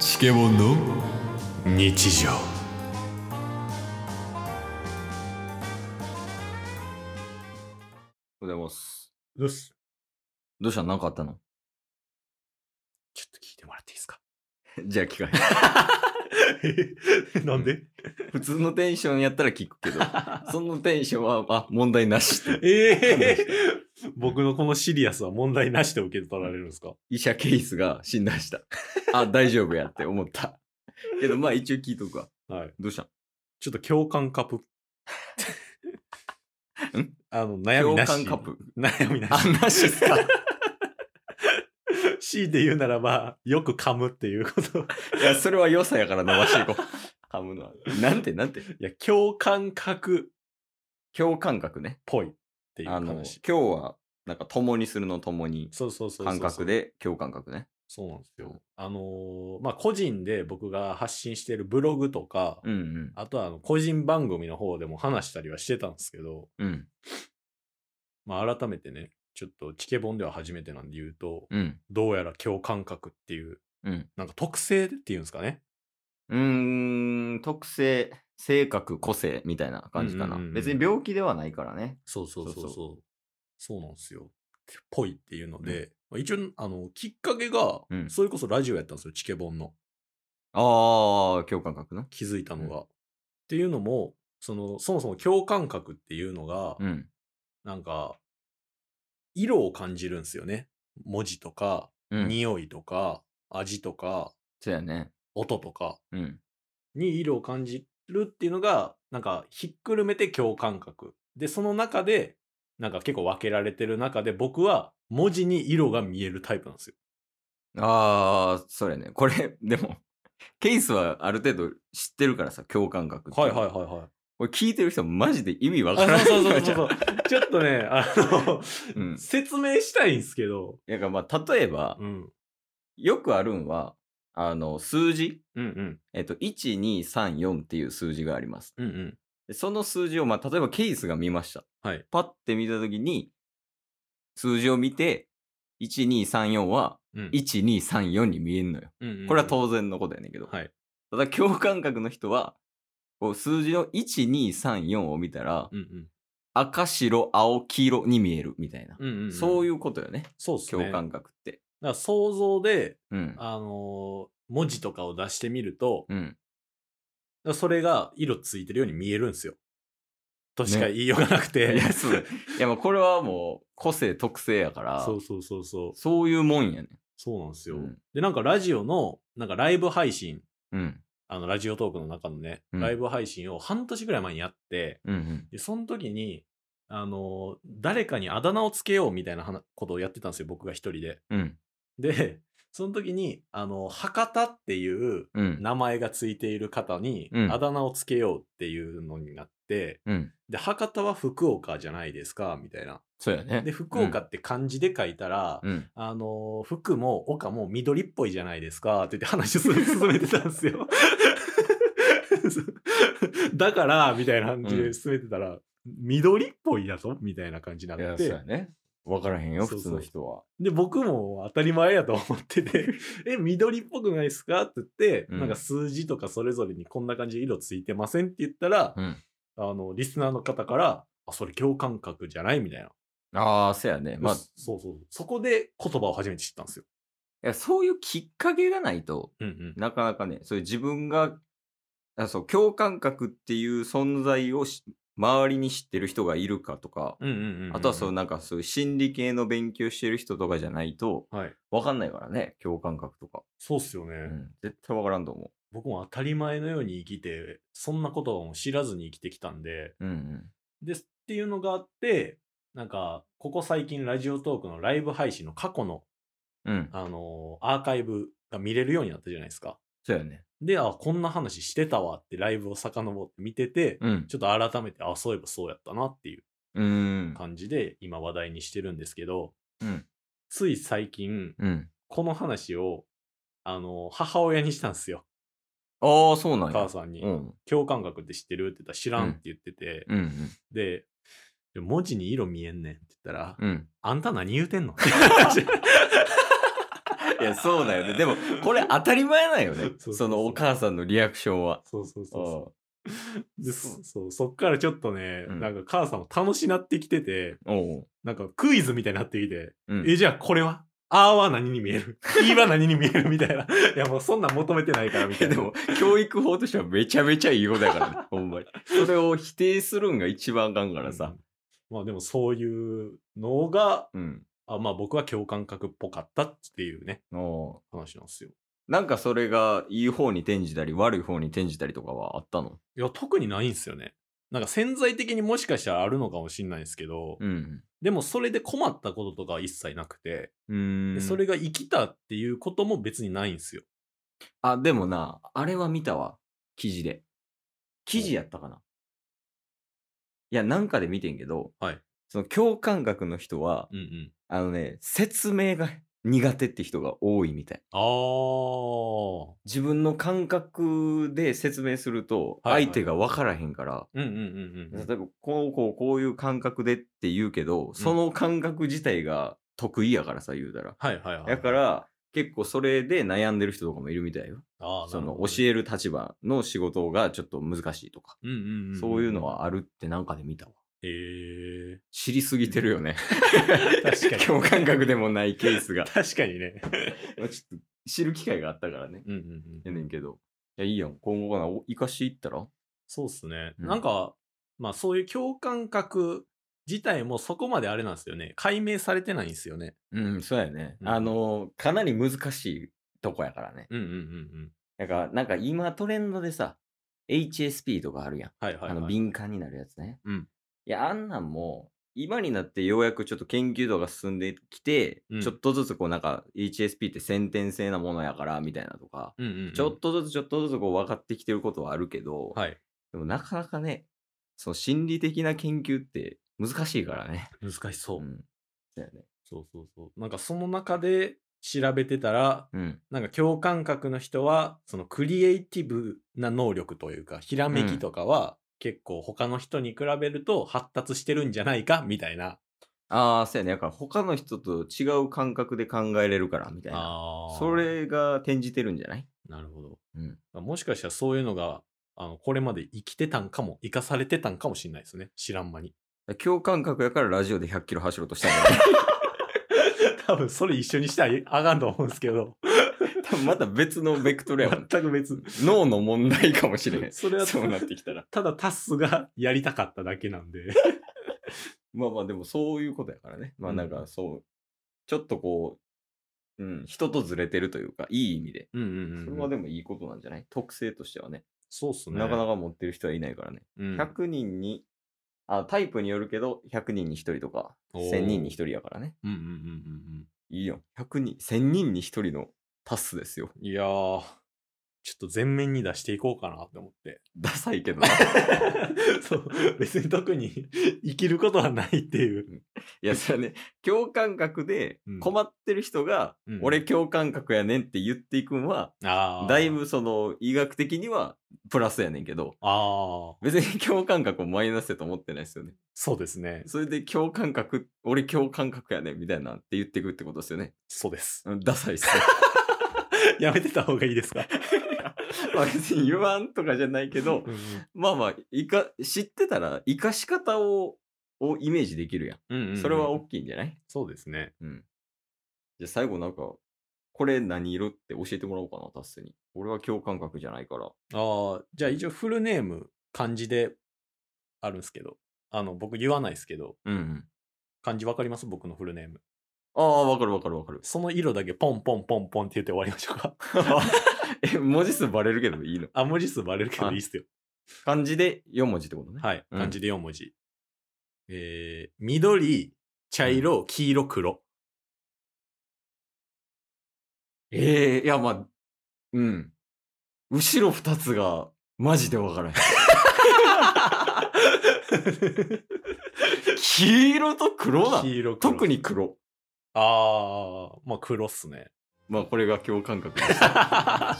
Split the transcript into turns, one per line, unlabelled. チケボンの日常
おはようございます。
よし。
どうした何かあっ たの
ちょっと聞いてもらっていいですか
じゃあ聞かへ
なんで、
ん。普通のテンションやったら聞く けど、そのテンションは、あ、問題なしって。
ええ 僕のこのシリアスは問題なしで受け取られるんですか
医者ケースが診断した。 あ、大丈夫やって思った。 けど、まあ一応聞いとくわ。
はい。
どうした
ちょっと共感カッ プ。
ん
あの、悩み
共
なし。
感カップ。
悩みな
あ
し。、
なしっす か
強いて言うならば、よく噛むっていう こと。
いや、それは良さやから伸ばしてい こう。噛むのは。 なんて、なんて。
いや、共感覚っ
共感覚ね。
ぽいっていう
あの、今
話。
日は、なんか共にするの共に、
そうそうそうそう
感覚。で共感覚ね。
そうなんですよ。あのーまあ、個人で僕が発信してるブログとか、
うんうん。
あとはあの個人番組の方でも話したりはしてたんですけど、
うん。
まあ、改めてね、ちょっとチケボンでは初めてなんで言うと、
うん。
どうやら共感覚っていう、
うん
なんか特性っていうんですかね。
うーん、特性、性格、個性みたいな感じかな。
うんうんうんうん
別に病気ではないからね。
そうそうそうそう。
そ
そうう
そ
なんですよ。ぽいっていうので、まあ一応、あの、きっかけが、
うん
それこそラジオやったんですよ、チケボンの。
ああ、共感覚な。
気づいたのが。
う
っていうのも、その、そもそも共感覚っていうのが、
うん。
なんか、色を感じるんですよね。文字とか、
うん。
匂いとか、味とか、
そうやね。
音とか。
うん。
に色を感じるっていうのがなんかひっくるめて共感覚でその中でなんか結構分けられてる中で僕は文字に色が見えるタイプなんですよ。
ああ、そうやね。これ、 でも、ケースはある程度知ってるからさ、共感覚って。
はいはい。
これ聞いてる人マジで意味わから
あ
ない。
そうそうそうそうそう。 ちょっとねあの、
うん。
説明したいんですけど、
だからまあ、例えば、
うん、
よくあるんは、あの、数字。
うんうん
えっと、1、2、3、4っていう数字があります。
うんうん
でその数字を、まあ、例えばケースが見ました。
はい
パッて見たときに、数字を見て、1234は
うん
1234に見えんのよ。
うんうんうん
これは当然のことやねんけど。
はい
ただ、共感覚の人は、こう数字の1234を見たら、
うんうん
赤、白、青、黄色に見えるみたいな。
うんうんうん
そういううことよね。
そうっすね
共感覚って。
だから想像で
うん。
あの文字とかを出してみると
うん。
それが色ついてるように見えるんですよ。としか言いようがなく
い
て。
や、そう。いや、まあ、これはもう、個性、特性やから、
そうそうそうそう。
そういうもんやね。
そうなんですよ。
うん
で、なんかラジオの、なんかライブ配信、
うん。
あの、ラジオトークの中のね、
うん
ライブ配信を半年ぐらい前にやって、
うんうん。
で、その時に、あのー誰かにあだ名をつけようみたいな話ことをやってたんですよ、僕が一人で。
うん。
で、その時に、あの、博多っていう
うん。
名前がついている方に
う、ん
あだ名をつけようっていうのになって、
うん。
で、博多は福岡じゃないですか、みたいな。
そうやね。
で、福岡って漢字で書いたら、
うん。
あのー服も丘も緑っぽいじゃないですかって言って話を進め進めてたんですよ。 だからみたいな感じ
う
で
ん
進めてたら、緑っぽいだぞみたいな感じに
い
な
や、
っ
そう
て
やね。わからへんよ、
そ
普
う
通
そう
の人は。
で僕も当たり前やと思って て「え緑っぽくないですか?」って言って、
うん
なんか数字とかそれぞれにこんな感じで色ついてませんって言ったら、
うん
あのリスナーの方から「あそれ共感覚じゃない?」みたいな、
ああ、そうやね。まあ、い
そうそうそこで言葉を初めて知ったんですよ。
やそういうきっかけがないと、
うんうん
なかなかね、そういう自分が、あそう、共感覚っていう存在をし周りに知ってる人がいるかとか、
うんうんうんうん
あとはそう、なんかそういう心理系の勉強してる人とかじゃないと、
はい。
わかんないからね、共感覚とか。
そうっすよね。
うん。絶対わからんと思
僕も当たり前のように生きて、そんなことも知らずに生きてきたんで、
う。うん
で、っていうのがあって、なんか、ここ最近ラジオトークのライブ配信の過去の、
うん。うん。
あのーアーカイブが見れるようになったじゃないですか。
そうやね。
で、あ、こんな話してたわってライブを遡って見てて、
うん。
ちょっと改めて、あ、そういえばそうやったなっていう
うん。
感じで今話題にしてるんですけど、
うん
つい最近、
うん。
この話を、あのー母親にしたんですよ。
ああ、そうなんや。
母さんに。
うん。
共感覚って知ってるって言ったら知らんって言ってて、
うんうん。
で、で文字に色見えんねんって言ったら、
うん。
あんた何言うてんの
いいや、そうだよね。でも、これ当たり前なんよね。
そうそうそう
そのお母さんのリアクションは。
そうそうそうそう
お
でそそうそっからちょっとね、
うん
なんか母さんも楽しなってきてて
お
なんかクイズみたいになってきて
う。うん
え、じゃあこれはあーは何に見えるいは何に見えるみたい な。いや、もうそんなん求めてないからみたいな。
でも、教育法としてはめちゃめちゃいいことやからね。ほんまに。それを否定するんが一番あかんからさ。
うん。まあでもそういうのが、
うん。
あまあ僕は共感覚っぽかったっていうね、
おう
話なんですよ。
なんかそれがいい方に転じたり、悪い方に転じたりとかはあったの
いや、特にないんですよね。なんか潜在的にもしかしたらあるのかもしれないですけど、
うん。
でもそれで困ったこととかは一切なくて、
うー
で
ん。
それが生きたっていうことも別にないんですよ。
あ、でもな、あれは見たわ。記事で。記事やったかないや、なんかで見てんけど、
はい
その共感覚の人は、
うんうん。
あのね、説明が苦手って人が多いみたい。
あー。
自分の感覚で説明すると、
はいはい
相手が分からへんから、
うんうんうんうんうん。
例えば、こうこうこういう感覚でって言うけど、その感覚自体が得意やからさ、言うたら。
はいはいはい。
だか、ら、結構それで悩んでる人とかもいるみたいよ。
あー
その
なるほど
教える立場の仕事がちょっと難しいとか、
うんうんうん、
そういうの。はあるってなんかで見たわ。
へ え
知りすぎてるよね。
確 かに
共感覚でもないケースが。
確かにね。
まあちょっと知る機会があったからね。
うんうんうん、
やねんけど。いや、いいやん。今後かな。お生かしていったら
そうっすね。
うん
なんか、まあそういう共感覚自体もそこまであれなんですよね。解明されてないんですよね。
うん、そうやね。
うん
あの、かなり難しいとこやからね。
うんうんうんうん。
だから、なんか今トレンドでさ、HSP とかあるやん。
はいはい、はい。
あの、敏感になるやつね。
うん
いや、あんなんも、今になってようやくちょっと研究度が進んできて、
うん
ちょっとずつこうなんか HSP って先天性なものやからみたいなとか、
うんうんうん、
ちょっとずつちょっとずつこう分かってきてることはあるけど、
はい。
でもなかなかね、その心理的な研究って難しいからね。
難しそう、
うん。だよね。
そうそうそう。なんかその中で調べてたら、
うん。
なんか共感覚の人は、そのクリエイティブな能力というか、ひらめきとかは、結構他の人に比べると発達してるんじゃないかみたいな。
ああ、そうやね。だから他の人と違う感覚で考えれるからみたいな。
あー
それが転じてるんじゃない
なるほど。
うん
まあもしかしたらそういうのが、あの、これまで生きてたんかも、生かされてたんかもしれないですね。知らん間に。
共感覚やからラジオで100キロ走ろうとしたんだよね
多分それ一緒にしたらあかんと思うんですけど、
多分また別のベクトルやもん。
全く別。
脳の問題かもしれへ ん。
それは
そうなってきたら。
ただタスがやりたかっただけなんで。
まあまあでもそういうことやからね。まあなんかそう、ちょっとこう、うん、人とずれてるというか、いい意味で。
うん
それはでもいいことなんじゃない特性としてはね。
そうっすね。
なかな
か、
か持ってる人はいないからね。
うん、
100人に、あ、タイプによるけど、100人に1人とか、
おー
1000人に1人やからね。
うんうんうんうん
いいよ。100人、1000人に1人のタスですよ。
うん。いやー、ちょっと全面に出していこうかなって思って。
ダサいけどな。い
そう、別に特に 生きることはないっていう。
や、それはね、共感覚で
うん
困ってる人が、
うん
俺共感覚やねんって言っていくんは、
あー
だい。ぶその医学的にはプラスやねんけど、
ああ、
別に 共感覚をマイナスやと思ってないですよね。
そうですね。
それで共感覚、俺共感覚やねんみたいなって言ってくってことですよね。
そうです。
うんダサいっ すね。
やめてた方がいいです か
まあ別に言わんとかじゃないけど、まあまあ、いか、知ってたら生かし方を、をイメージできるや
うんうんうん
ん。それは大きいんじゃない
そうですね。
うん。じゃあ最後なんか、これ何色って教えてもらおうかな、達成に。俺は共感覚じゃないから。
ああ、じゃあ一応フルネーム漢字であるんですけど、あの、僕言わないですけど、
うん、うん。
漢字わかります僕のフルネーム。
ああ、わかるわかるわかる。
その色だけポンポンポンポンって言って終わりましょうか。
え、文字数バレるけどいいの
あ、文字数バレるけどいいっすよ。
漢字で4文字ってことね。
はい。
うん
漢字で4文字。えー、緑、茶色、黄色、黒。
ええいや、まあ、うん。後ろ2つが、マジで わからへん。黄色と黒な
黄色、黒。
特。に黒。
ああ、まあ黒っすね。
まあ、これが共感覚でした。